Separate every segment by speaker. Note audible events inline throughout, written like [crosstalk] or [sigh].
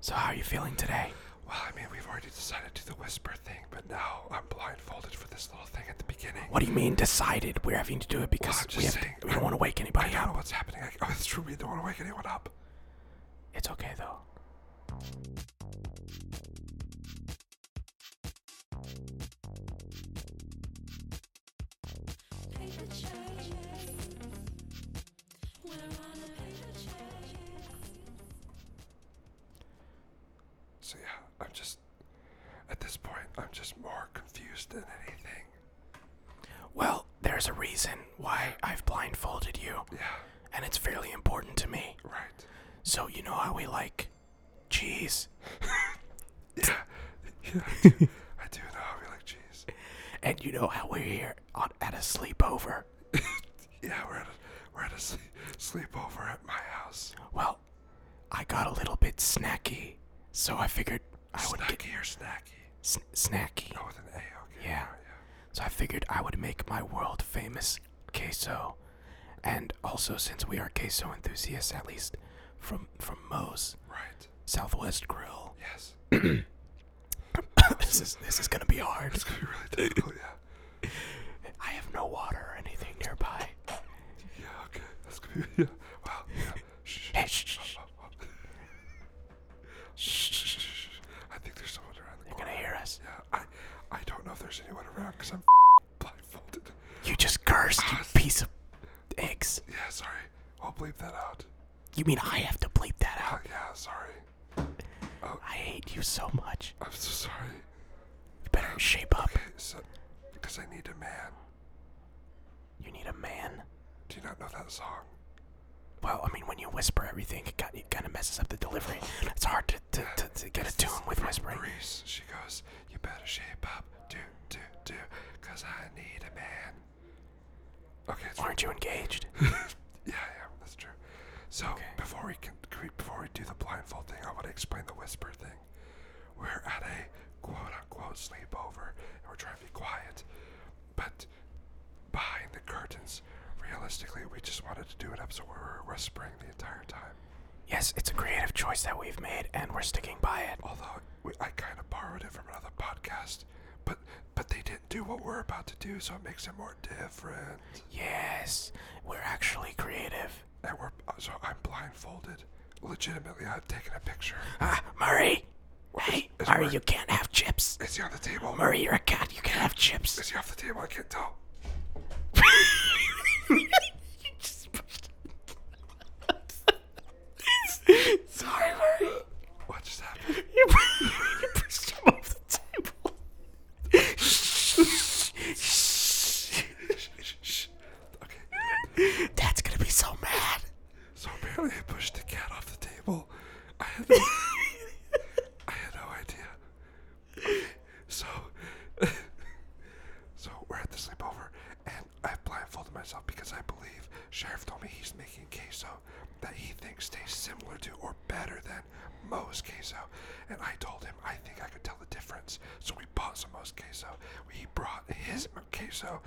Speaker 1: So how are you feeling today?
Speaker 2: Well, I mean, we've already decided to do the whisper thing, but now I'm blindfolded for this little thing at the beginning.
Speaker 1: What do you mean decided? We're having to do it because
Speaker 2: I'm
Speaker 1: we,
Speaker 2: just
Speaker 1: have to-
Speaker 2: saying,
Speaker 1: we don't want to wake
Speaker 2: I
Speaker 1: anybody
Speaker 2: don't know
Speaker 1: up.
Speaker 2: what's happening. I, [laughs] oh, it's true. We don't want to wake anyone up.
Speaker 1: It's okay though.
Speaker 3: Paper charges. We're on a paper charges.
Speaker 2: So yeah, I'm just at this point, I'm just more confused than anything.
Speaker 1: Well, there's a reason why I've blindfolded you,
Speaker 2: Yeah,
Speaker 1: and it's fairly important to me. [laughs]
Speaker 2: right.
Speaker 1: So you know how we like cheese.
Speaker 2: Yeah, yeah. I do, I do know. I'll be like, jeez.
Speaker 1: And you know how we're here on, at a sleepover.
Speaker 2: Yeah, we're at a, we're at a sleep, sleepover at my house.
Speaker 1: Well, I got a little bit snacky, so I figured I would get
Speaker 2: Snacky or snacky?
Speaker 1: sn- snacky.
Speaker 2: Oh, with an A. Okay.
Speaker 1: Yeah.
Speaker 2: alright, yeah.
Speaker 1: So I figured I would make my world famous queso. And also since we are queso enthusiasts, at least from from Moe's
Speaker 2: Right.
Speaker 1: Southwest Grill. [laughs]
Speaker 2: Yes. [laughs]
Speaker 1: this is this is gonna be hard.
Speaker 2: It's gonna be really difficult. Yeah.
Speaker 1: I have no water or anything nearby.
Speaker 2: Yeah. Okay. That's gonna be. [laughs] Yeah. Wow.
Speaker 1: [laughs]
Speaker 2: Yeah. Shh.
Speaker 1: Hey, shh, shh,
Speaker 2: Oh, oh. Shh, shh, shh, shh. I think there's someone around the
Speaker 1: they're
Speaker 2: corner.
Speaker 1: gonna hear us.
Speaker 2: Yeah, I, I don't know if there's anyone around because I'm blindfolded.
Speaker 1: You just cursed, you piece of eggs.
Speaker 2: Yeah, sorry. I'll bleep that out.
Speaker 1: You mean I have to bleep that
Speaker 2: Uh,
Speaker 1: out?
Speaker 2: yeah, sorry.
Speaker 1: I hate you so much.
Speaker 2: I'm so sorry.
Speaker 1: You better shape up.
Speaker 2: Okay, so, because I need a man.
Speaker 1: You need a man.
Speaker 2: Do you not know that song?
Speaker 1: Well, I mean, when you whisper everything, it kind, it kind of messes up the delivery. It's hard to, to, to, to get a tune with whispering.
Speaker 2: Reese, she goes, you better shape up, do, do, do, because I need a man. Okay, it's
Speaker 1: Aren't you [laughs] engaged?
Speaker 2: Yeah, yeah, that's true. So before we can, can we, before we do the blindfold thing, I want to explain the whisper thing. We're at a quote unquote sleepover, and we're trying to be quiet, but behind the curtains, realistically, we just wanted to do an episode where we were whispering the entire time.
Speaker 1: Yes, it's a creative choice that we've made, and we're sticking by it.
Speaker 2: Although we, I kind of borrowed it from another podcast, but but they didn't do what we're about to do, so it makes it more different.
Speaker 1: Yes, we're actually creative.
Speaker 2: And we're so I'm blindfolded. Legitimately, I've taken a picture.
Speaker 1: Ah, Murray! Hey,
Speaker 2: it's
Speaker 1: Murray,
Speaker 2: Murray.
Speaker 1: you can't have [laughs] chips.
Speaker 2: Is he on the table?
Speaker 1: Murray, you're a cat. You can't have chips. [laughs]
Speaker 2: Is he off the table? I can't tell.
Speaker 1: [laughs] Sorry, [laughs] Murray.
Speaker 2: What just happened? [laughs]
Speaker 1: You pu- you pushed him off the table.
Speaker 2: Shh, shh, shh. okay.
Speaker 1: [laughs] Dad's gonna be so mad.
Speaker 2: So apparently I pushed the cat off the table. I had no, I had no idea. Okay, So, so we're at the sleepover, and I blindfolded myself because I believe Sheriff told me he's making queso that he thinks tastes similar to or better than Moe's queso. And I told him I think I could tell the difference. So we bought some Moe's queso. We brought his queso,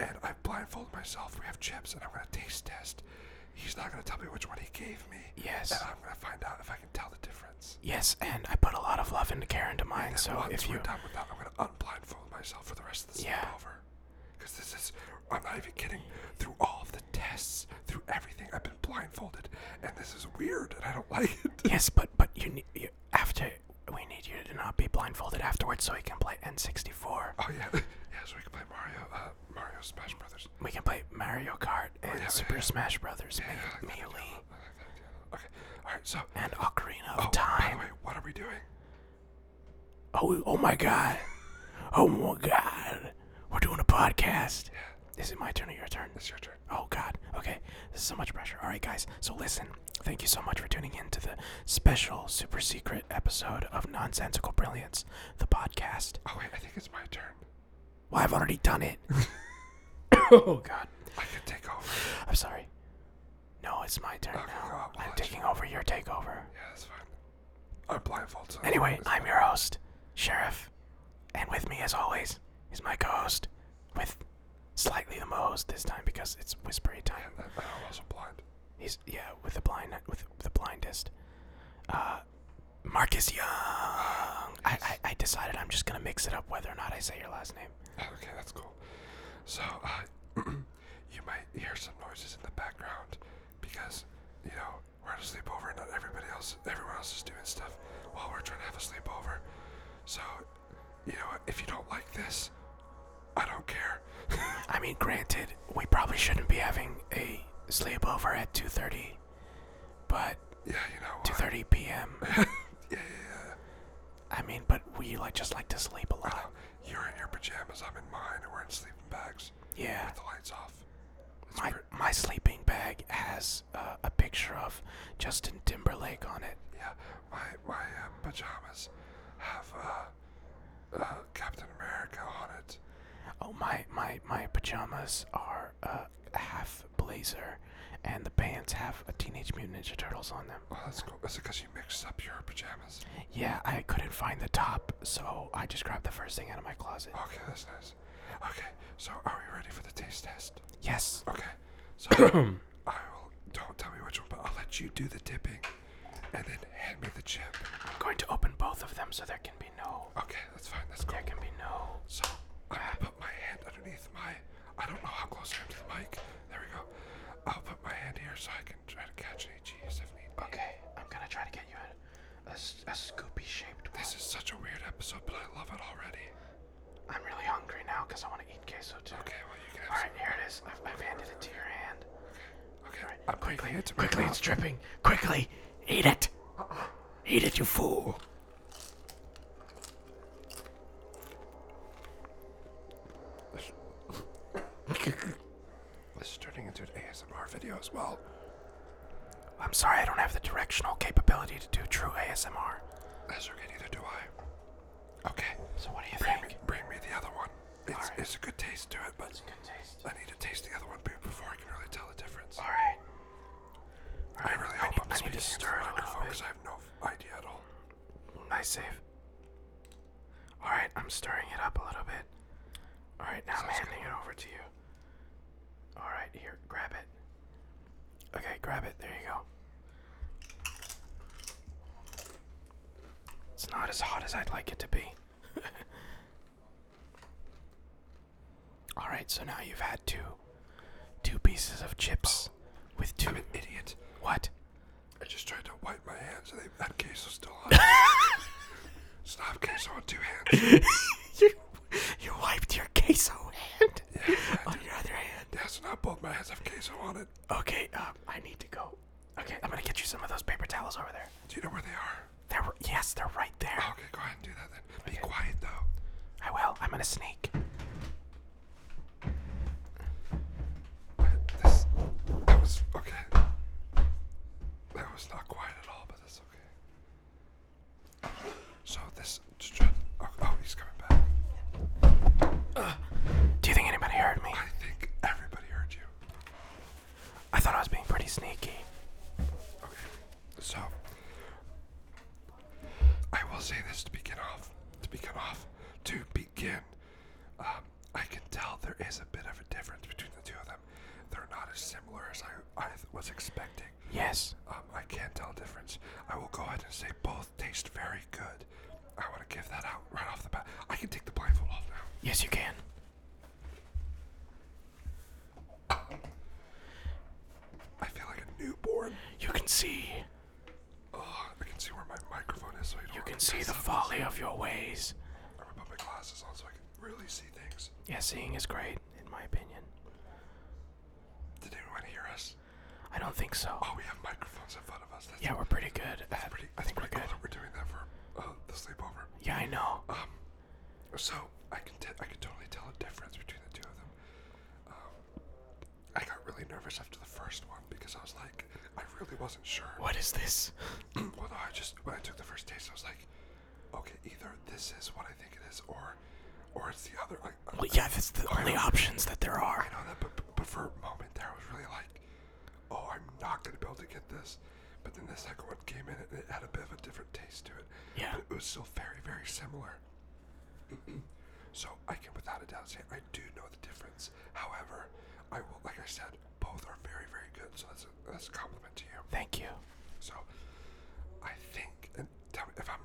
Speaker 2: and I blindfolded myself. We have chips, and I'm gonna taste test. He's not gonna tell me which one he gave me.
Speaker 1: Yes.
Speaker 2: And I'm gonna find out if I can tell the difference.
Speaker 1: Yes, and I put a lot of love and care into mine, so
Speaker 2: Once
Speaker 1: if
Speaker 2: we're
Speaker 1: you.
Speaker 2: done with that, I'm gonna unblindfold myself for the rest of the
Speaker 1: Yeah.
Speaker 2: sleepover. Because this is, I'm not even kidding. Through all of the tests, through everything, I've been blindfolded, and this is weird, and I don't [laughs] like it.
Speaker 1: Yes, but but you need you, after we need you to not be blindfolded afterwards, so we can play N64.
Speaker 2: Oh yeah, yeah. So we can play Mario, uh, Mario Smash Brothers.
Speaker 1: We can play Mario Kart and
Speaker 2: Oh, yeah,
Speaker 1: Super
Speaker 2: yeah.
Speaker 1: Smash Brothers,
Speaker 2: Yeah, I
Speaker 1: Me-
Speaker 2: like that
Speaker 1: Melee,
Speaker 2: idea. I like that idea. Okay. All right. So.
Speaker 1: and Ocarina of
Speaker 2: Oh, by
Speaker 1: Time.
Speaker 2: the way, what are we doing?
Speaker 1: Oh, oh my God! Oh my God! We're doing a podcast. Is it my turn or your turn?
Speaker 2: It's your turn.
Speaker 1: Oh God. Okay. This is so much pressure. All right, guys. So listen. Thank you so much for tuning in to the special, super secret episode of Nonsensical Brilliance, the podcast.
Speaker 2: Oh wait, I think it's my turn.
Speaker 1: Well, I've already done it. oh God.
Speaker 2: I can take over.
Speaker 1: I'm sorry. No, it's my turn
Speaker 2: Okay, go
Speaker 1: now.
Speaker 2: on,
Speaker 1: I'm
Speaker 2: watch.
Speaker 1: taking over your takeover.
Speaker 2: Yeah, that's fine. I'm blindfolded. so-
Speaker 1: Anyway, I'm your host, Sheriff. And with me, as always, is my co host, with slightly the most this time because it's whispery time.
Speaker 2: And I'm also blind.
Speaker 1: He's, yeah, with the blind, with the blindest. Uh, Marcus Young. I, I, I decided I'm just gonna mix it up whether or not I say your last name.
Speaker 2: Okay, that's cool. So, uh, [clears throat] you might hear some noises in the background because, you know, we're at a sleepover and not everybody else, everyone else is doing stuff while we're trying to have a sleepover. So, you know, what, if you don't like this, I don't care.
Speaker 1: I mean, granted, we probably shouldn't be having a sleepover at 2:30, but
Speaker 2: yeah, you know what?
Speaker 1: 2:30 p.m.
Speaker 2: [laughs] Yeah, yeah,
Speaker 1: I mean, but we like just like to sleep a
Speaker 2: yeah.
Speaker 1: lot.
Speaker 2: Uh, you're in your pajamas, I'm in mine, and we're in sleeping bags
Speaker 1: Yeah.
Speaker 2: with the lights off. It's
Speaker 1: My
Speaker 2: pre-
Speaker 1: my sleeping bag has uh, a picture of Justin Timberlake on it.
Speaker 2: Yeah, my my uh, pajamas have uh, uh, Captain America on it.
Speaker 1: Oh, my my my pajamas are uh, a half blazer, and the pants have a Teenage Mutant Ninja Turtles on them.
Speaker 2: Oh, that's cool. Is it because you mixed up your pajamas?
Speaker 1: Yeah, I couldn't find the top, so I just grabbed the first thing out of my closet.
Speaker 2: Okay, that's nice. Okay, so are we ready for the taste test?
Speaker 1: Yes.
Speaker 2: Okay, so I will. Don't tell me which one, but I'll let you do the dipping, and then hand me the chip.
Speaker 1: I'm going to open both of them so there can be no.
Speaker 2: Okay, that's fine. That's cool.
Speaker 1: There can be no.
Speaker 2: So I'm gonna put my hand underneath my. I don't know how close I am to the mic. There we go. I'll put my hand here so I can try to catch any cheese if need be.
Speaker 1: Okay, I'm gonna try to get you a, a, s- a Scoopy shaped one.
Speaker 2: This is such a weird episode, but I love it already.
Speaker 1: I'm really hungry now because I want to eat queso too.
Speaker 2: Okay, well you can have.
Speaker 1: Alright, here it is. I've, I've handed it to your hand.
Speaker 2: some- Okay, I'm
Speaker 1: Quickly,
Speaker 2: quickly it to my
Speaker 1: quickly,
Speaker 2: mouth.
Speaker 1: it's dripping. Quickly, eat it. Uh-uh. Eat it, you fool.
Speaker 2: This is turning into an ASMR video as well.
Speaker 1: I'm sorry, I don't have the directional capability to do true ASMR.
Speaker 2: That's okay, neither do I. Okay,
Speaker 1: So what do you
Speaker 2: bring me,
Speaker 1: think?
Speaker 2: bring me the other one. It's,
Speaker 1: Alright.
Speaker 2: it's a good taste to it, but
Speaker 1: Good taste.
Speaker 2: I need to taste the other one be- before I can really tell the difference.
Speaker 1: All right.
Speaker 2: I really hope
Speaker 1: need-
Speaker 2: I'm
Speaker 1: I
Speaker 2: speaking
Speaker 1: need to
Speaker 2: into
Speaker 1: stir it
Speaker 2: the
Speaker 1: a little
Speaker 2: microphone
Speaker 1: bit.
Speaker 2: because I have no f- idea at all.
Speaker 1: Nice save. All right, I'm stirring it up a little bit. All right, now I'm
Speaker 2: Sounds
Speaker 1: handing it over to you. All right, here, grab it. Okay, grab it. There you go. It's not as hot as I'd like it to be. [laughs] All right, so now you've had two, two pieces of chips, with two.
Speaker 2: I'm an idiot. [laughs]
Speaker 1: What?
Speaker 2: I just tried to wipe my hands and they, that queso's still on.
Speaker 1: [laughs]
Speaker 2: it. Stop queso on two hands.
Speaker 1: [laughs] you, you wiped your queso hand
Speaker 2: Yeah, I
Speaker 1: on
Speaker 2: did.
Speaker 1: your other hand.
Speaker 2: yeah, so now both my hands have queso on it.
Speaker 1: Okay, um, I need to go. Okay, I'm gonna get you some of those paper towels over there.
Speaker 2: Do you know where they are?
Speaker 1: They're r- yes, they're right there.
Speaker 2: Okay, go ahead and do that then. Be quiet though.
Speaker 1: I will. I'm gonna sneak.
Speaker 2: This, that was okay. That was not quiet at all, but that's okay. So this, just try- oh, oh, he's coming back.
Speaker 1: Do you think anybody heard me?
Speaker 2: I think everybody heard you.
Speaker 1: I thought I was being pretty sneaky.
Speaker 2: Okay, so I will say this to begin off. To begin off, to begin, um, I can tell there is a bit of a difference between the two of them. They're not as similar as I, I was expecting.
Speaker 1: Yes.
Speaker 2: Um, I can't tell a difference. I will go ahead and say both taste very good. I want to give that out right off the bat. I can take the blindfold off now.
Speaker 1: Yes, you can.
Speaker 2: I feel like a newborn.
Speaker 1: You can see.
Speaker 2: Oh, I can see where my microphone is, so you don't.
Speaker 1: You
Speaker 2: wanna
Speaker 1: can see
Speaker 2: mess
Speaker 1: the
Speaker 2: up.
Speaker 1: folly of your ways.
Speaker 2: I'm gonna put my glasses on so I can really see things.
Speaker 1: Yeah, seeing is great, in my opinion.
Speaker 2: Did anyone hear us?
Speaker 1: I don't think so.
Speaker 2: Oh, we have microphones in front of us. That's
Speaker 1: Yeah, we're pretty good. At,
Speaker 2: pretty.
Speaker 1: I think we're good.
Speaker 2: cool Uh, that we're doing that for uh, the sleepover.
Speaker 1: Yeah, I know.
Speaker 2: Um, So I can t- I can totally tell a difference between the two of them. Um, I got really nervous after the first one because I was like, I really wasn't sure.
Speaker 1: What is this?
Speaker 2: [clears throat] well, no, I just when I took the first taste, I was like, okay, either this is what I think it is, or, or it's the other. Like, I-
Speaker 1: Well, yeah, that's the only options that there
Speaker 2: uh, I
Speaker 1: are.
Speaker 2: know that, but, but- but for a moment there, I was really like, oh, I'm not gonna be able to get this. But then the second one came in and it had a bit of a different taste to it.
Speaker 1: Yeah.
Speaker 2: But it was still very, very similar. [clears throat] so I can, without a doubt, say I do know the difference. However, I will, like I said, both are very, very good. So that's a, that's a compliment to you.
Speaker 1: Thank you.
Speaker 2: So I think, and tell me if I'm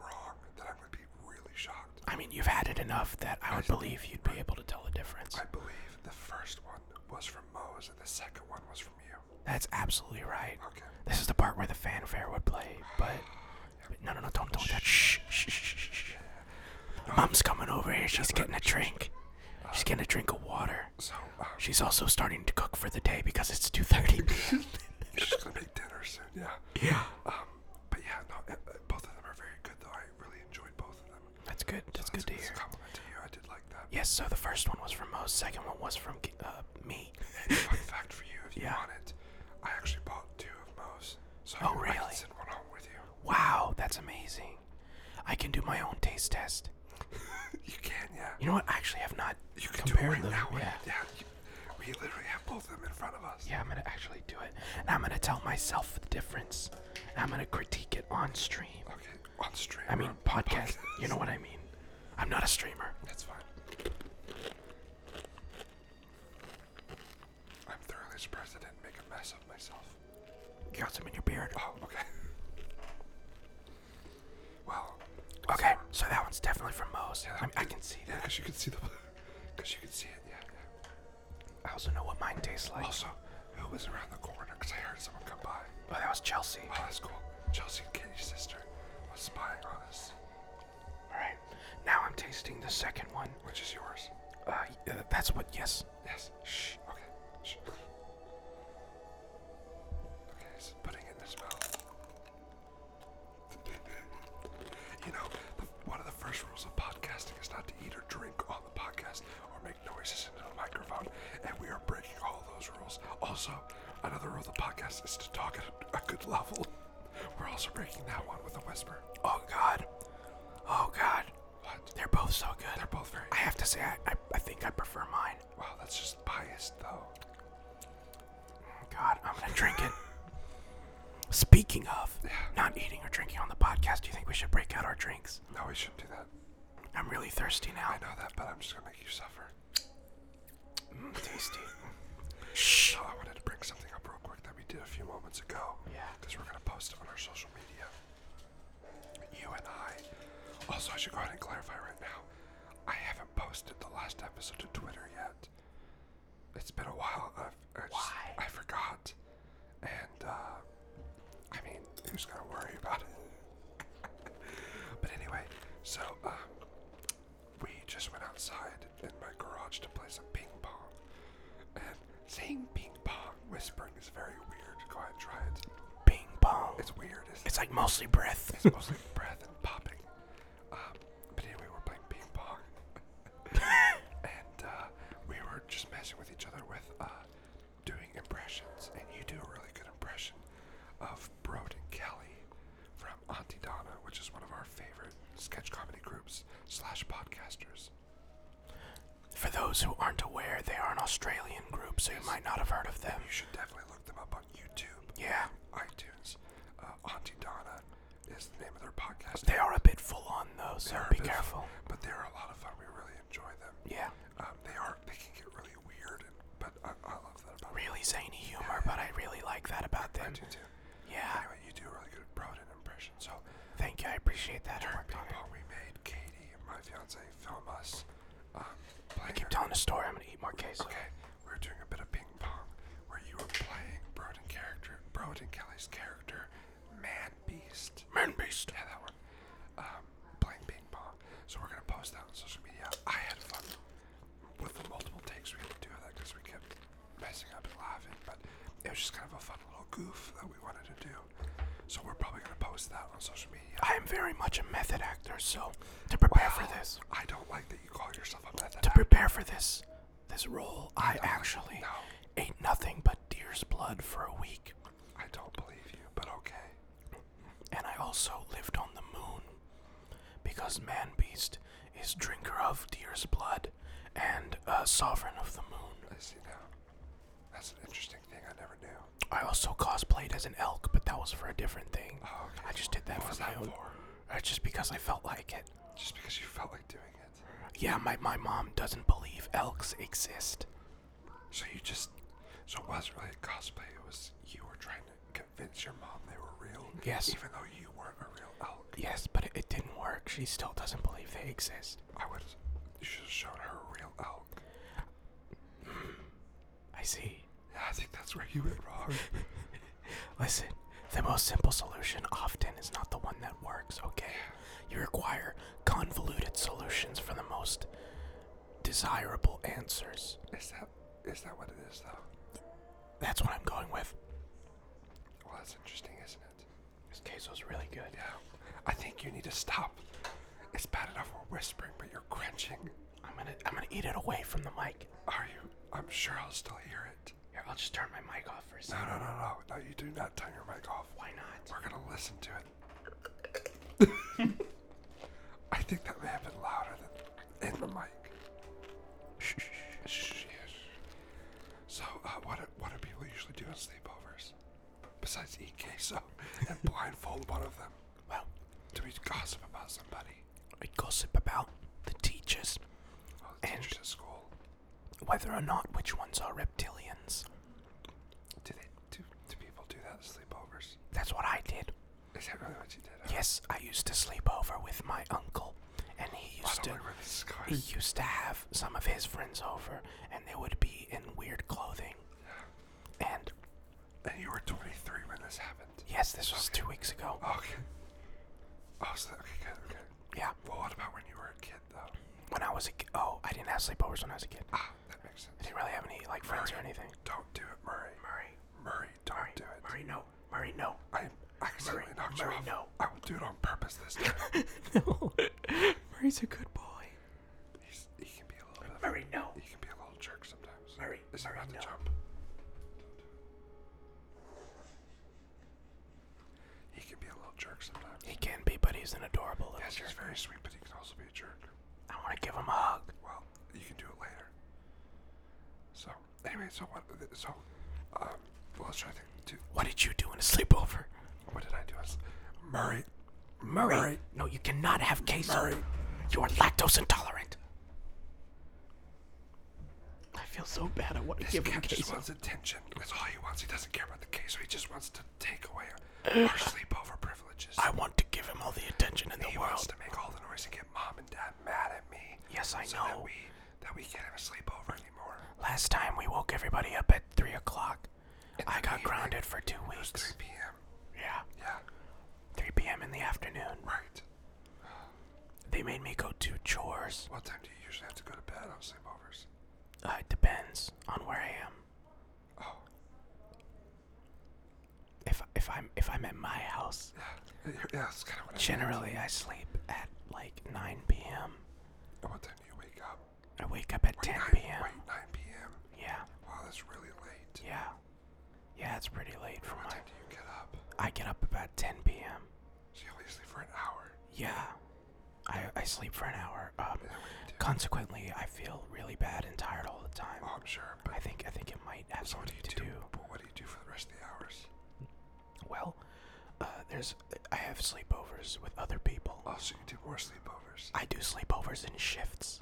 Speaker 1: enough that I would believe you'd be able to tell the difference.
Speaker 2: I believe the first one was from Mose and the second one was from you.
Speaker 1: That's absolutely right.
Speaker 2: Okay.
Speaker 1: This is the part where the fanfare would play, but, but no, no, no, don't, don't, that. Shh, shh, shh, shh, shh. Mom's coming over here. She's getting a drink. She's getting a drink of water.
Speaker 2: So, um,
Speaker 1: She's also starting to cook for the day because it's 2:30 p.m.
Speaker 2: she's gonna make dinner soon, yeah.
Speaker 1: [laughs] yeah,
Speaker 2: Um, but yeah, no, uh, uh, both of them are very good though. I really enjoyed both of them.
Speaker 1: that's good. That's good to
Speaker 2: It's
Speaker 1: hear.
Speaker 2: a compliment to you. I did like that.
Speaker 1: Yes, so the first one was from Mose, second one was from Ki- uh, me.
Speaker 2: Fun fact for you, if you
Speaker 1: Yeah.
Speaker 2: want it, I actually bought two of Moe's. So
Speaker 1: Oh,
Speaker 2: I
Speaker 1: really?
Speaker 2: can send one home with you.
Speaker 1: Wow, that's amazing. I can do my own taste test.
Speaker 2: You can, yeah.
Speaker 1: You know what? I actually have not
Speaker 2: You can do it
Speaker 1: compared
Speaker 2: right
Speaker 1: them.
Speaker 2: now. We-
Speaker 1: Yeah.
Speaker 2: yeah you, we literally have both of them in front of us.
Speaker 1: yeah, I'm gonna actually do it. And I'm gonna tell myself the difference. And I'm gonna critique it on stream.
Speaker 2: Okay, on stream.
Speaker 1: I
Speaker 2: or
Speaker 1: mean,
Speaker 2: on
Speaker 1: podcast. You know what I mean? I'm not a streamer.
Speaker 2: [laughs] That's fine. I'm thoroughly surprised I didn't make a mess of myself.
Speaker 1: You got some in your beard.
Speaker 2: Oh, okay. [laughs] Well.
Speaker 1: Okay,
Speaker 2: so-
Speaker 1: so that one's definitely from Mose.
Speaker 2: Yeah,
Speaker 1: I, mean, I
Speaker 2: it-
Speaker 1: can see
Speaker 2: Yeah,
Speaker 1: that.
Speaker 2: because you can see the. [laughs] Because you can see it, yeah, yeah.
Speaker 1: I also know what mine tastes like.
Speaker 2: Also, who was around the corner? Because I heard someone come by.
Speaker 1: Oh, that was Chelsea.
Speaker 2: Oh, that's cool. Chelsea and Katie's sister was spying on us,
Speaker 1: All right. Now I'm tasting the second one.
Speaker 2: which is yours.
Speaker 1: Uh, y- uh, that's what. Yes.
Speaker 2: Yes. Shh. Okay. Shh. Okay, he's putting it in his mouth. [laughs] you know, the, one of the first rules of podcasting is not to eat or drink on the podcast or make noises into the microphone, and we are breaking all those rules. Also, another rule of the podcast is to talk at a, a good level. [laughs] We're also breaking that one with a whisper.
Speaker 1: Oh God. Oh God.
Speaker 2: What?
Speaker 1: They're both so good.
Speaker 2: They're both very.
Speaker 1: I have to say, I, I, I think I prefer mine.
Speaker 2: Wow, that's just biased, though.
Speaker 1: God, I'm gonna drink it. Speaking of
Speaker 2: Yeah.
Speaker 1: not eating or drinking on the podcast, do you think we should break out our drinks?
Speaker 2: No, we shouldn't do that.
Speaker 1: I'm really thirsty now.
Speaker 2: I know that, but I'm just gonna make you suffer.
Speaker 1: Mm, tasty. Shh.
Speaker 2: So I wanted to bring something up real quick that we did a few moments ago.
Speaker 1: Yeah.
Speaker 2: Because we're gonna post it on our social media. You and I. Also, I should go ahead and clarify right now. I haven't posted the last episode to Twitter yet. It's been a while. I've, I just-
Speaker 1: Why?
Speaker 2: I forgot. And uh, I mean, who's gonna worry about it? [laughs] but anyway, so um, we just went outside in my garage to play some ping pong. And saying ping pong whispering is very weird. Go ahead and try it.
Speaker 1: Bing bong.
Speaker 2: It's weird, isn't
Speaker 1: It's like mostly breath.
Speaker 2: it's mostly breath and popping. Um, but anyway, we're playing ping
Speaker 1: [laughs]
Speaker 2: pong. and uh, we were just messing with each other with uh, doing impressions. And you do a really good impression of Brode and Kelly from Auntie Donna, which is one of our favorite sketch comedy groups slash podcasters.
Speaker 1: For those who aren't aware, they are an Australian group, so you might not have heard of them.
Speaker 2: You should definitely look them up on YouTube,
Speaker 1: Yeah,
Speaker 2: iTunes. Uh, Auntie Donna is the name of their podcast.
Speaker 1: they are a bit full on though, so
Speaker 2: They're a
Speaker 1: be
Speaker 2: bit-
Speaker 1: careful.
Speaker 2: But they're a lot of fun. We really enjoy them.
Speaker 1: Yeah,
Speaker 2: Um, they are. They can get really weird, and, but I, I love that about them.
Speaker 1: really zany humor, but I really like that about
Speaker 2: I
Speaker 1: them.
Speaker 2: do too.
Speaker 1: Yeah,
Speaker 2: Anyway, you do a really good Broden impression. So
Speaker 1: thank you, I appreciate that. I
Speaker 2: during
Speaker 1: worked
Speaker 2: ping
Speaker 1: on it.
Speaker 2: pong, we made Katie and my fiance film us um, playing.
Speaker 1: Keep
Speaker 2: a-
Speaker 1: telling the story. I'm gonna eat more queso.
Speaker 2: Okay, we were doing a bit of ping pong where you were playing Broden character, Broden Kelly's character, Man Beast.
Speaker 1: Man beast.
Speaker 2: Yeah, that one. Um, playing ping pong. So we're gonna post that on social media. I had fun with the multiple takes we had to do of that because we kept messing up and laughing, but it was just kind of a fun little goof that we wanted to do. So we're probably gonna post that on social media.
Speaker 1: I am very much a method actor, so to prepare for
Speaker 2: Wow,
Speaker 1: this,
Speaker 2: I don't like that you call yourself a method.
Speaker 1: to
Speaker 2: actor.
Speaker 1: prepare for this, this role, I actually
Speaker 2: no.
Speaker 1: ate nothing but deer's blood for a week,
Speaker 2: I don't believe you, but okay.
Speaker 1: and I also lived on the moon because man beast is drinker of deer's blood and uh, sovereign of the moon.
Speaker 2: I see now. That's an interesting thing I never knew.
Speaker 1: I also cosplayed as an elk, but that was for a different thing.
Speaker 2: Oh, okay.
Speaker 1: I just did that
Speaker 2: What was
Speaker 1: for my
Speaker 2: that
Speaker 1: own.
Speaker 2: for?
Speaker 1: uh, Just because I felt like it.
Speaker 2: Just because you felt like doing it.
Speaker 1: Yeah, my, my mom doesn't believe elks exist.
Speaker 2: So you just, so it wasn't really a cosplay. It was you were trying to convince your mom they were real.
Speaker 1: Yes.
Speaker 2: Even though you weren't a real elk,
Speaker 1: Yes, but it, it didn't work. She still doesn't believe they exist.
Speaker 2: I would. You should have shown her a real elk.
Speaker 1: I see.
Speaker 2: Yeah, I think that's where you went [laughs] wrong.
Speaker 1: Listen, the most simple solution often is not the one that works, okay? You require convoluted solutions for the most desirable answers.
Speaker 2: Is that is that what it is though?
Speaker 1: That's what I'm going with.
Speaker 2: Well, that's interesting, isn't it?
Speaker 1: This queso's really good.
Speaker 2: Yeah. I think you need to stop. It's bad enough we're whispering, but you're crunching.
Speaker 1: I'm gonna I'm gonna eat it away from the mic.
Speaker 2: Are you? I'm sure I'll still hear it.
Speaker 1: Here, I'll just turn my mic off for a
Speaker 2: No,
Speaker 1: second.
Speaker 2: no, no, no. No, you do not turn your mic off.
Speaker 1: Why not?
Speaker 2: We're gonna listen to [laughs] it. I think that may have been louder than in the mic.
Speaker 1: Shh, shh, shh.
Speaker 2: Shh, yes. So, uh, what do, what do people usually do on sleepovers? Besides eat queso [laughs] and blindfold one of them,
Speaker 1: Well,
Speaker 2: do we gossip about somebody?
Speaker 1: I gossip about the teachers,
Speaker 2: Oh, the
Speaker 1: And-
Speaker 2: teachers at school.
Speaker 1: whether or not which ones are reptilians.
Speaker 2: Do they do? Do people do that at sleepovers?
Speaker 1: That's what I did.
Speaker 2: Is that really what you did? I
Speaker 1: Yes, I used to sleep over with my uncle, and he
Speaker 2: don't- I
Speaker 1: used
Speaker 2: don't
Speaker 1: to
Speaker 2: know where this is going.
Speaker 1: he used to have some of his friends over, and they would be in weird clothing. And
Speaker 2: And you were 23 when this happened.
Speaker 1: yes, this was two weeks ago.
Speaker 2: Okay. Oh, so okay, good, okay.
Speaker 1: Yeah,
Speaker 2: Well, what about when you were a kid, though?
Speaker 1: when I was a kid. Oh, I didn't have sleepovers when I was a kid. I
Speaker 2: Ah, that makes sense.
Speaker 1: didn't really have any like friends or anything.
Speaker 2: Don't do it, Murray.
Speaker 1: Murray,
Speaker 2: Murray, don't
Speaker 1: Murray,
Speaker 2: do it.
Speaker 1: Murray, no, Murray, no.
Speaker 2: I accidentally
Speaker 1: Murray,
Speaker 2: knocked
Speaker 1: Murray,
Speaker 2: you off.
Speaker 1: no.
Speaker 2: I will do it on purpose
Speaker 1: [laughs]
Speaker 2: this time.
Speaker 1: no, [laughs] Murray's a good boy.
Speaker 2: He's, he can be a little bit of a-
Speaker 1: Murray, no.
Speaker 2: He can be a little jerk sometimes.
Speaker 1: Murray,
Speaker 2: is
Speaker 1: Murray,
Speaker 2: about to
Speaker 1: no.
Speaker 2: jump. He can be a little jerk sometimes.
Speaker 1: He can be, but he's an adorable little
Speaker 2: yes, he's
Speaker 1: jerk.
Speaker 2: very sweet, but he can also be a jerk.
Speaker 1: I want to give him a hug.
Speaker 2: Well, you can do it later. So, anyway, so what? So, um, well, let's try to think. Do,
Speaker 1: What did you do in a sleepover?
Speaker 2: what did I do? as Murray.
Speaker 1: Murray. No, you cannot have queso. You are lactose intolerant. I feel so bad. I want to
Speaker 2: This
Speaker 1: give him
Speaker 2: cat just
Speaker 1: queso.
Speaker 2: wants attention. That's all he wants. He doesn't care about the queso. He just wants to take away
Speaker 1: [sighs]
Speaker 2: our our sleepover privileges.
Speaker 1: I want to give him all the attention in the
Speaker 2: he wants
Speaker 1: world.
Speaker 2: to make all the noise and get mom and dad mad at me.
Speaker 1: Yes, I
Speaker 2: so
Speaker 1: know.
Speaker 2: That we, that we can't have a sleepover anymore.
Speaker 1: Last time we woke everybody up at 3 o'clock. I got
Speaker 2: we-
Speaker 1: grounded for two
Speaker 2: It was 3
Speaker 1: weeks.
Speaker 2: p.m.
Speaker 1: Yeah,
Speaker 2: Yeah,
Speaker 1: 3 p.m. in the afternoon.
Speaker 2: right.
Speaker 1: They made me go do chores.
Speaker 2: What time do you usually have to go to bed on sleepovers?
Speaker 1: Uh, it depends on where I am.
Speaker 2: Oh,
Speaker 1: If, if I'm if I'm at my house,
Speaker 2: yeah. Yeah, that's kind of what I
Speaker 1: generally I sleep at like 9 p.m.
Speaker 2: And what time do you wake up?
Speaker 1: I wake up at 10
Speaker 2: 9,
Speaker 1: p.m.
Speaker 2: Wait, 9 p.m.
Speaker 1: Yeah,
Speaker 2: Wow, that's really late.
Speaker 1: yeah. Yeah, it's pretty late for
Speaker 2: What
Speaker 1: my.
Speaker 2: time do you get up?
Speaker 1: I get up about 10 p.m.
Speaker 2: So you only sleep for an hour.
Speaker 1: Yeah. I, I sleep for an hour. Um,
Speaker 2: And then what do you do?
Speaker 1: consequently, I feel really bad and tired all the time.
Speaker 2: Oh, I'm sure, but
Speaker 1: I think I think it might have
Speaker 2: So what do
Speaker 1: something to
Speaker 2: you do?
Speaker 1: do.
Speaker 2: But what do you do for the rest of the hours?
Speaker 1: Well, uh, there's I have sleepovers with other people.
Speaker 2: Oh, so you do more sleepovers.
Speaker 1: I do sleepovers in shifts.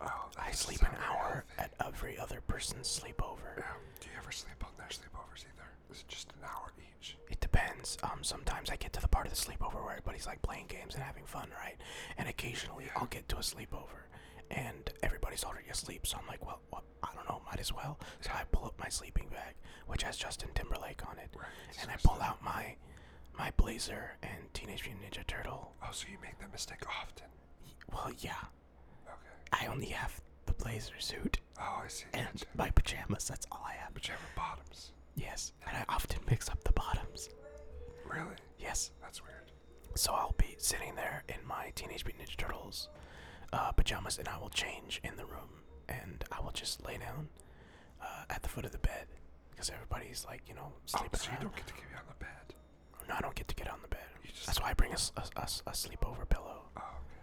Speaker 2: Oh, that
Speaker 1: I
Speaker 2: doesn't
Speaker 1: sleep
Speaker 2: sound
Speaker 1: an
Speaker 2: very
Speaker 1: hour
Speaker 2: healthy.
Speaker 1: at every other person's sleepover.
Speaker 2: Yeah. Do you ever sleep on their sleepovers either? Is it just an hour each?
Speaker 1: It depends. Um, sometimes I get to the part of the sleepover where everybody's like playing games and having fun, right? And occasionally I'll get to a sleepover and everybody's already asleep. So I'm like, well, well I don't know, might as well. So I pull up my sleeping bag, which has Justin Timberlake on it,
Speaker 2: Right.
Speaker 1: and
Speaker 2: so
Speaker 1: I
Speaker 2: it's
Speaker 1: pull
Speaker 2: the-
Speaker 1: out my my blazer and Teenage Mutant Ninja Turtle.
Speaker 2: Oh, so you make that mistake often.
Speaker 1: Well, yeah,
Speaker 2: Okay.
Speaker 1: I only have the blazer suit
Speaker 2: Oh, I see.
Speaker 1: and
Speaker 2: gotcha.
Speaker 1: my pajamas. That's all I have.
Speaker 2: But you have a bottoms.
Speaker 1: Yes, and I often mix up the bottoms.
Speaker 2: Really?
Speaker 1: Yes.
Speaker 2: That's weird.
Speaker 1: So I'll be sitting there in my Teenage Mutant Ninja Turtles uh, pajamas, and I will change in the room, and I will just lay down uh, at the foot of the bed because everybody's like, you know,
Speaker 2: Oh,
Speaker 1: sleeping.
Speaker 2: so you
Speaker 1: around.
Speaker 2: don't get to be on the bed.
Speaker 1: No, I don't get to get on the bed.
Speaker 2: You just-
Speaker 1: That's why I bring a, s- a s- a s- a sleepover pillow.
Speaker 2: Oh, okay.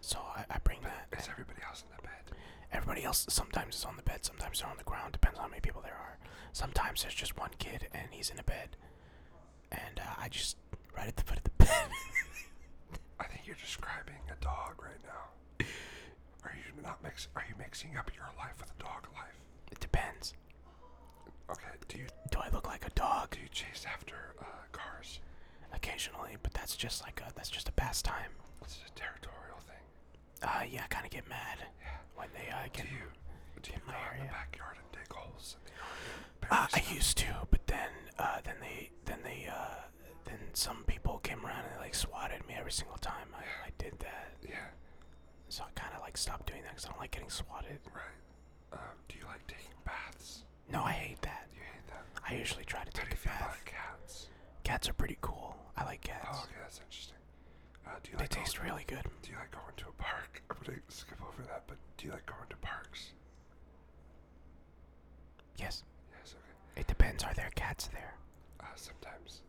Speaker 1: So I, I bring that.
Speaker 2: Is everybody else in the bed?
Speaker 1: Everybody else sometimes is on the bed, sometimes they're on the ground, depends on how many people there are. Sometimes there's just one kid and he's in a bed, and uh, I just right at the [laughs] foot of the bed.
Speaker 2: I think you're describing a dog right now. Are you not mix? Are you mixing up your life with a dog life?
Speaker 1: it depends.
Speaker 2: Okay. Do you
Speaker 1: Do I look like a dog?
Speaker 2: do you chase after uh, cars?
Speaker 1: occasionally, but that's just like a that's just a pastime.
Speaker 2: It's a territorial thing.
Speaker 1: Uh, yeah, I kind of get mad when they uh,
Speaker 2: Do
Speaker 1: get.
Speaker 2: you do you
Speaker 1: my
Speaker 2: go out in
Speaker 1: area.
Speaker 2: the backyard and dig holes in the yard? and bury
Speaker 1: Uh, I
Speaker 2: stuff?
Speaker 1: used to, but then uh, then they then they uh, then some people came around and like swatted me every single time I, I did that.
Speaker 2: yeah,
Speaker 1: So I kind of like stopped doing that because I don't like getting swatted.
Speaker 2: right. Um, do you like taking baths?
Speaker 1: No, I hate that.
Speaker 2: You hate that.
Speaker 1: I usually try to
Speaker 2: How
Speaker 1: take
Speaker 2: do you
Speaker 1: a
Speaker 2: feel
Speaker 1: bath.
Speaker 2: about cats?
Speaker 1: Cats are pretty cool. I like cats.
Speaker 2: Oh, okay, that's interesting. Uh, do you
Speaker 1: They
Speaker 2: like going-
Speaker 1: taste really good.
Speaker 2: Do you like going to a park? [laughs] I'm gonna skip over that, but do you like going to parks?
Speaker 1: Yes.
Speaker 2: Yes, okay.
Speaker 1: It depends. Are there cats there?
Speaker 2: Uh, sometimes.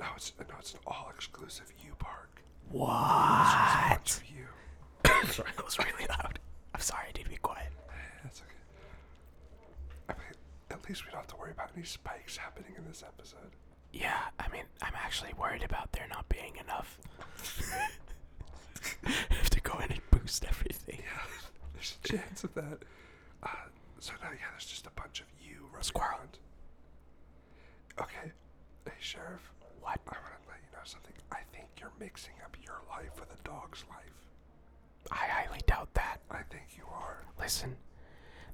Speaker 2: No, it's no, it's an all-exclusive U park.
Speaker 1: What?
Speaker 2: [coughs] It's for you.
Speaker 1: sorry, [laughs] that was really loud. I'm sorry. I need to be quiet.
Speaker 2: That's okay. I mean, at least we don't have to worry about any spikes happening in this episode.
Speaker 1: Yeah, I mean, I'm actually worried about there not being enough. [laughs] Have to go in and boost everything.
Speaker 2: Yeah, there's a chance of that. Uh, so now, yeah, there's just a bunch of you running
Speaker 1: Squirrel.
Speaker 2: around. Okay, hey sheriff,
Speaker 1: What?
Speaker 2: I want to let you know something. I think you're mixing up your life with a dog's life.
Speaker 1: I highly doubt that.
Speaker 2: I think you are.
Speaker 1: Listen,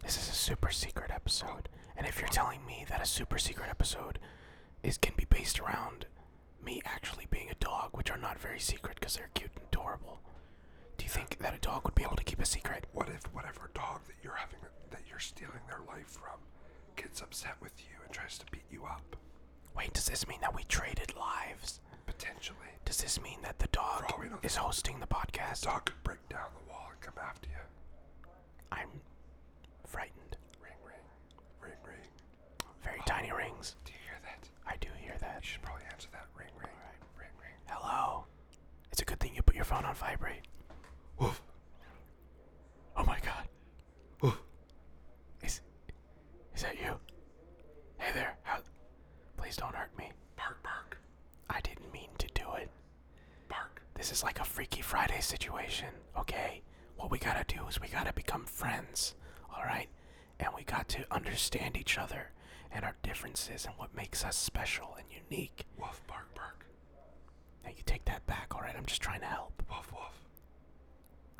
Speaker 1: this is a super secret episode, and if you're telling me that a super secret episode is can be based around me actually being a dog, which are not very secret because they're cute and adorable, do you think that a dog would be able to keep a secret?
Speaker 2: What if whatever dog that you're having that you're stealing their life from gets upset with you and tries to beat you up?
Speaker 1: Wait, does this mean that we traded lives?
Speaker 2: Potentially,
Speaker 1: Does this mean that the dog
Speaker 2: all we know,
Speaker 1: is hosting the podcast?
Speaker 2: dog could break down the wall and come after you.
Speaker 1: I'm frightened.
Speaker 2: Ring, ring, ring, ring.
Speaker 1: Very tiny rings.
Speaker 2: Do you hear that?
Speaker 1: I do hear that.
Speaker 2: You should probably answer that. Ring, ring,
Speaker 1: Alright.
Speaker 2: ring, ring.
Speaker 1: Hello. It's a good thing you put your phone on vibrate.
Speaker 2: Woof,
Speaker 1: Oh my god.
Speaker 2: woof.
Speaker 1: Is is that you? Hey there. How, please don't hurt me.
Speaker 2: Bark, bark,
Speaker 1: I didn't mean to do it.
Speaker 2: bark.
Speaker 1: This is like a Freaky Friday situation, okay? What we gotta do is we gotta become friends, alright? And we got to understand each other and our differences and what makes us special and unique.
Speaker 2: Woof, bark, bark.
Speaker 1: Now you take that back, alright? I'm just trying to help.
Speaker 2: Woof, woof.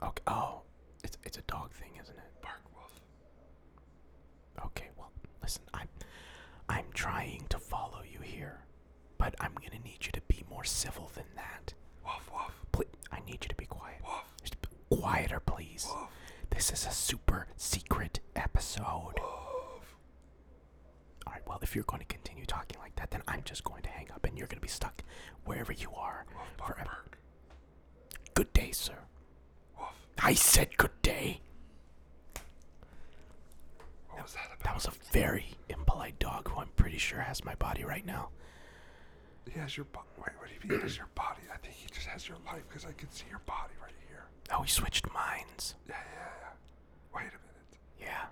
Speaker 1: Okay. Oh, it's, it's a dog thing, isn't it?
Speaker 2: Bark, woof.
Speaker 1: Okay, well, listen, I'm I'm trying to follow you here, but I'm gonna need you to be more civil than that.
Speaker 2: Woof, woof,
Speaker 1: Please, I need you to be quiet.
Speaker 2: woof,
Speaker 1: Just be quieter, please.
Speaker 2: woof,
Speaker 1: This is a super secret episode.
Speaker 2: woof.
Speaker 1: All right, well, if you're going to continue talking like that, then I'm just going to hang up, and you're gonna be stuck wherever you are
Speaker 2: Woof, bark,
Speaker 1: forever.
Speaker 2: bark.
Speaker 1: Good day, sir.
Speaker 2: Woof.
Speaker 1: I said good day.
Speaker 2: What was that about?
Speaker 1: That was a very impolite dog who I'm pretty sure has my body right now.
Speaker 2: He has your body. Wait, what do you mean he has your body? I think he just has your life because I can see your body right here.
Speaker 1: Oh, we switched minds.
Speaker 2: Yeah, yeah, yeah. Wait a minute.
Speaker 1: Yeah.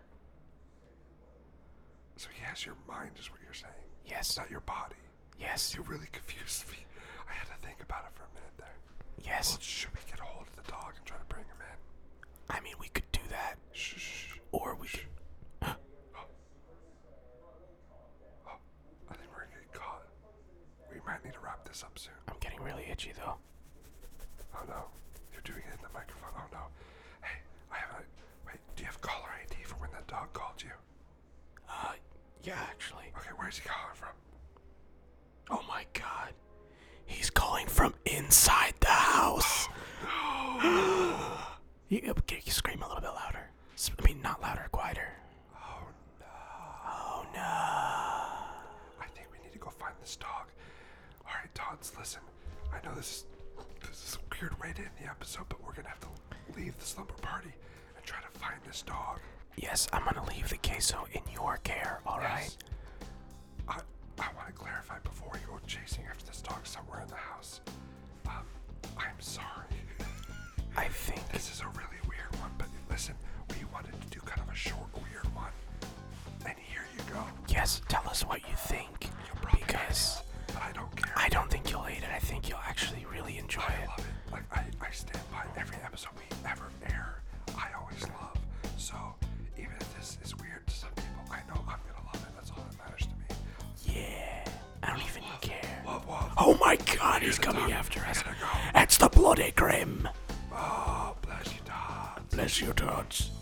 Speaker 2: So he has your mind, is what you're saying. It's
Speaker 1: Yes.
Speaker 2: not your body.
Speaker 1: Yes.
Speaker 2: You really confused me. I had to think about it for a minute there.
Speaker 1: Yes.
Speaker 2: Well, should we get a hold of the dog and try to bring him in?
Speaker 1: I mean, we could do that,
Speaker 2: Shh, shh, shh.
Speaker 1: or we could.
Speaker 2: Oh, I think we're gonna get caught. We might need to wrap this up soon.
Speaker 1: I'm getting really itchy though.
Speaker 2: Oh no, you're doing it in the microphone. Oh no. Hey, I have a. Wait, do you have caller ID for when that dog called you?
Speaker 1: Uh, yeah, actually.
Speaker 2: Okay, where's he calling from?
Speaker 1: Oh my god. He's calling from inside the house. [gasps] you, you can you scream a little bit louder. S- I mean, not louder, quieter.
Speaker 2: Oh no.
Speaker 1: Oh no.
Speaker 2: I think we need to go find this dog. All right, Tots, listen. I know this is, this is a weird way to end the episode, but we're gonna have to leave the slumber party and try to find this dog.
Speaker 1: Yes, I'm gonna leave the queso in your care, alright?
Speaker 2: Yes. I, I want to clarify before we go chasing after this dog somewhere in the house. Um, I'm sorry. [laughs]
Speaker 1: I think.
Speaker 2: This is a really weird one, but listen, we wanted to do kind of a short, weird one. And here you go.
Speaker 1: Yes, tell us what you think.
Speaker 2: You'll probably hate
Speaker 1: Because
Speaker 2: it, but I don't care.
Speaker 1: I don't think you'll hate it. I think you'll actually really enjoy
Speaker 2: I
Speaker 1: it.
Speaker 2: love it. Like I, I stand by every episode we ever air. I always love. So even if this is weird to some people, I know I'm gonna love it. That's all that matters to me.
Speaker 1: Yeah. I don't even care.
Speaker 2: Love, love.
Speaker 1: Oh my god, he's coming after us. It's the Bloody Grim.
Speaker 2: Oh, bless you, dog.
Speaker 1: bless you, Tots.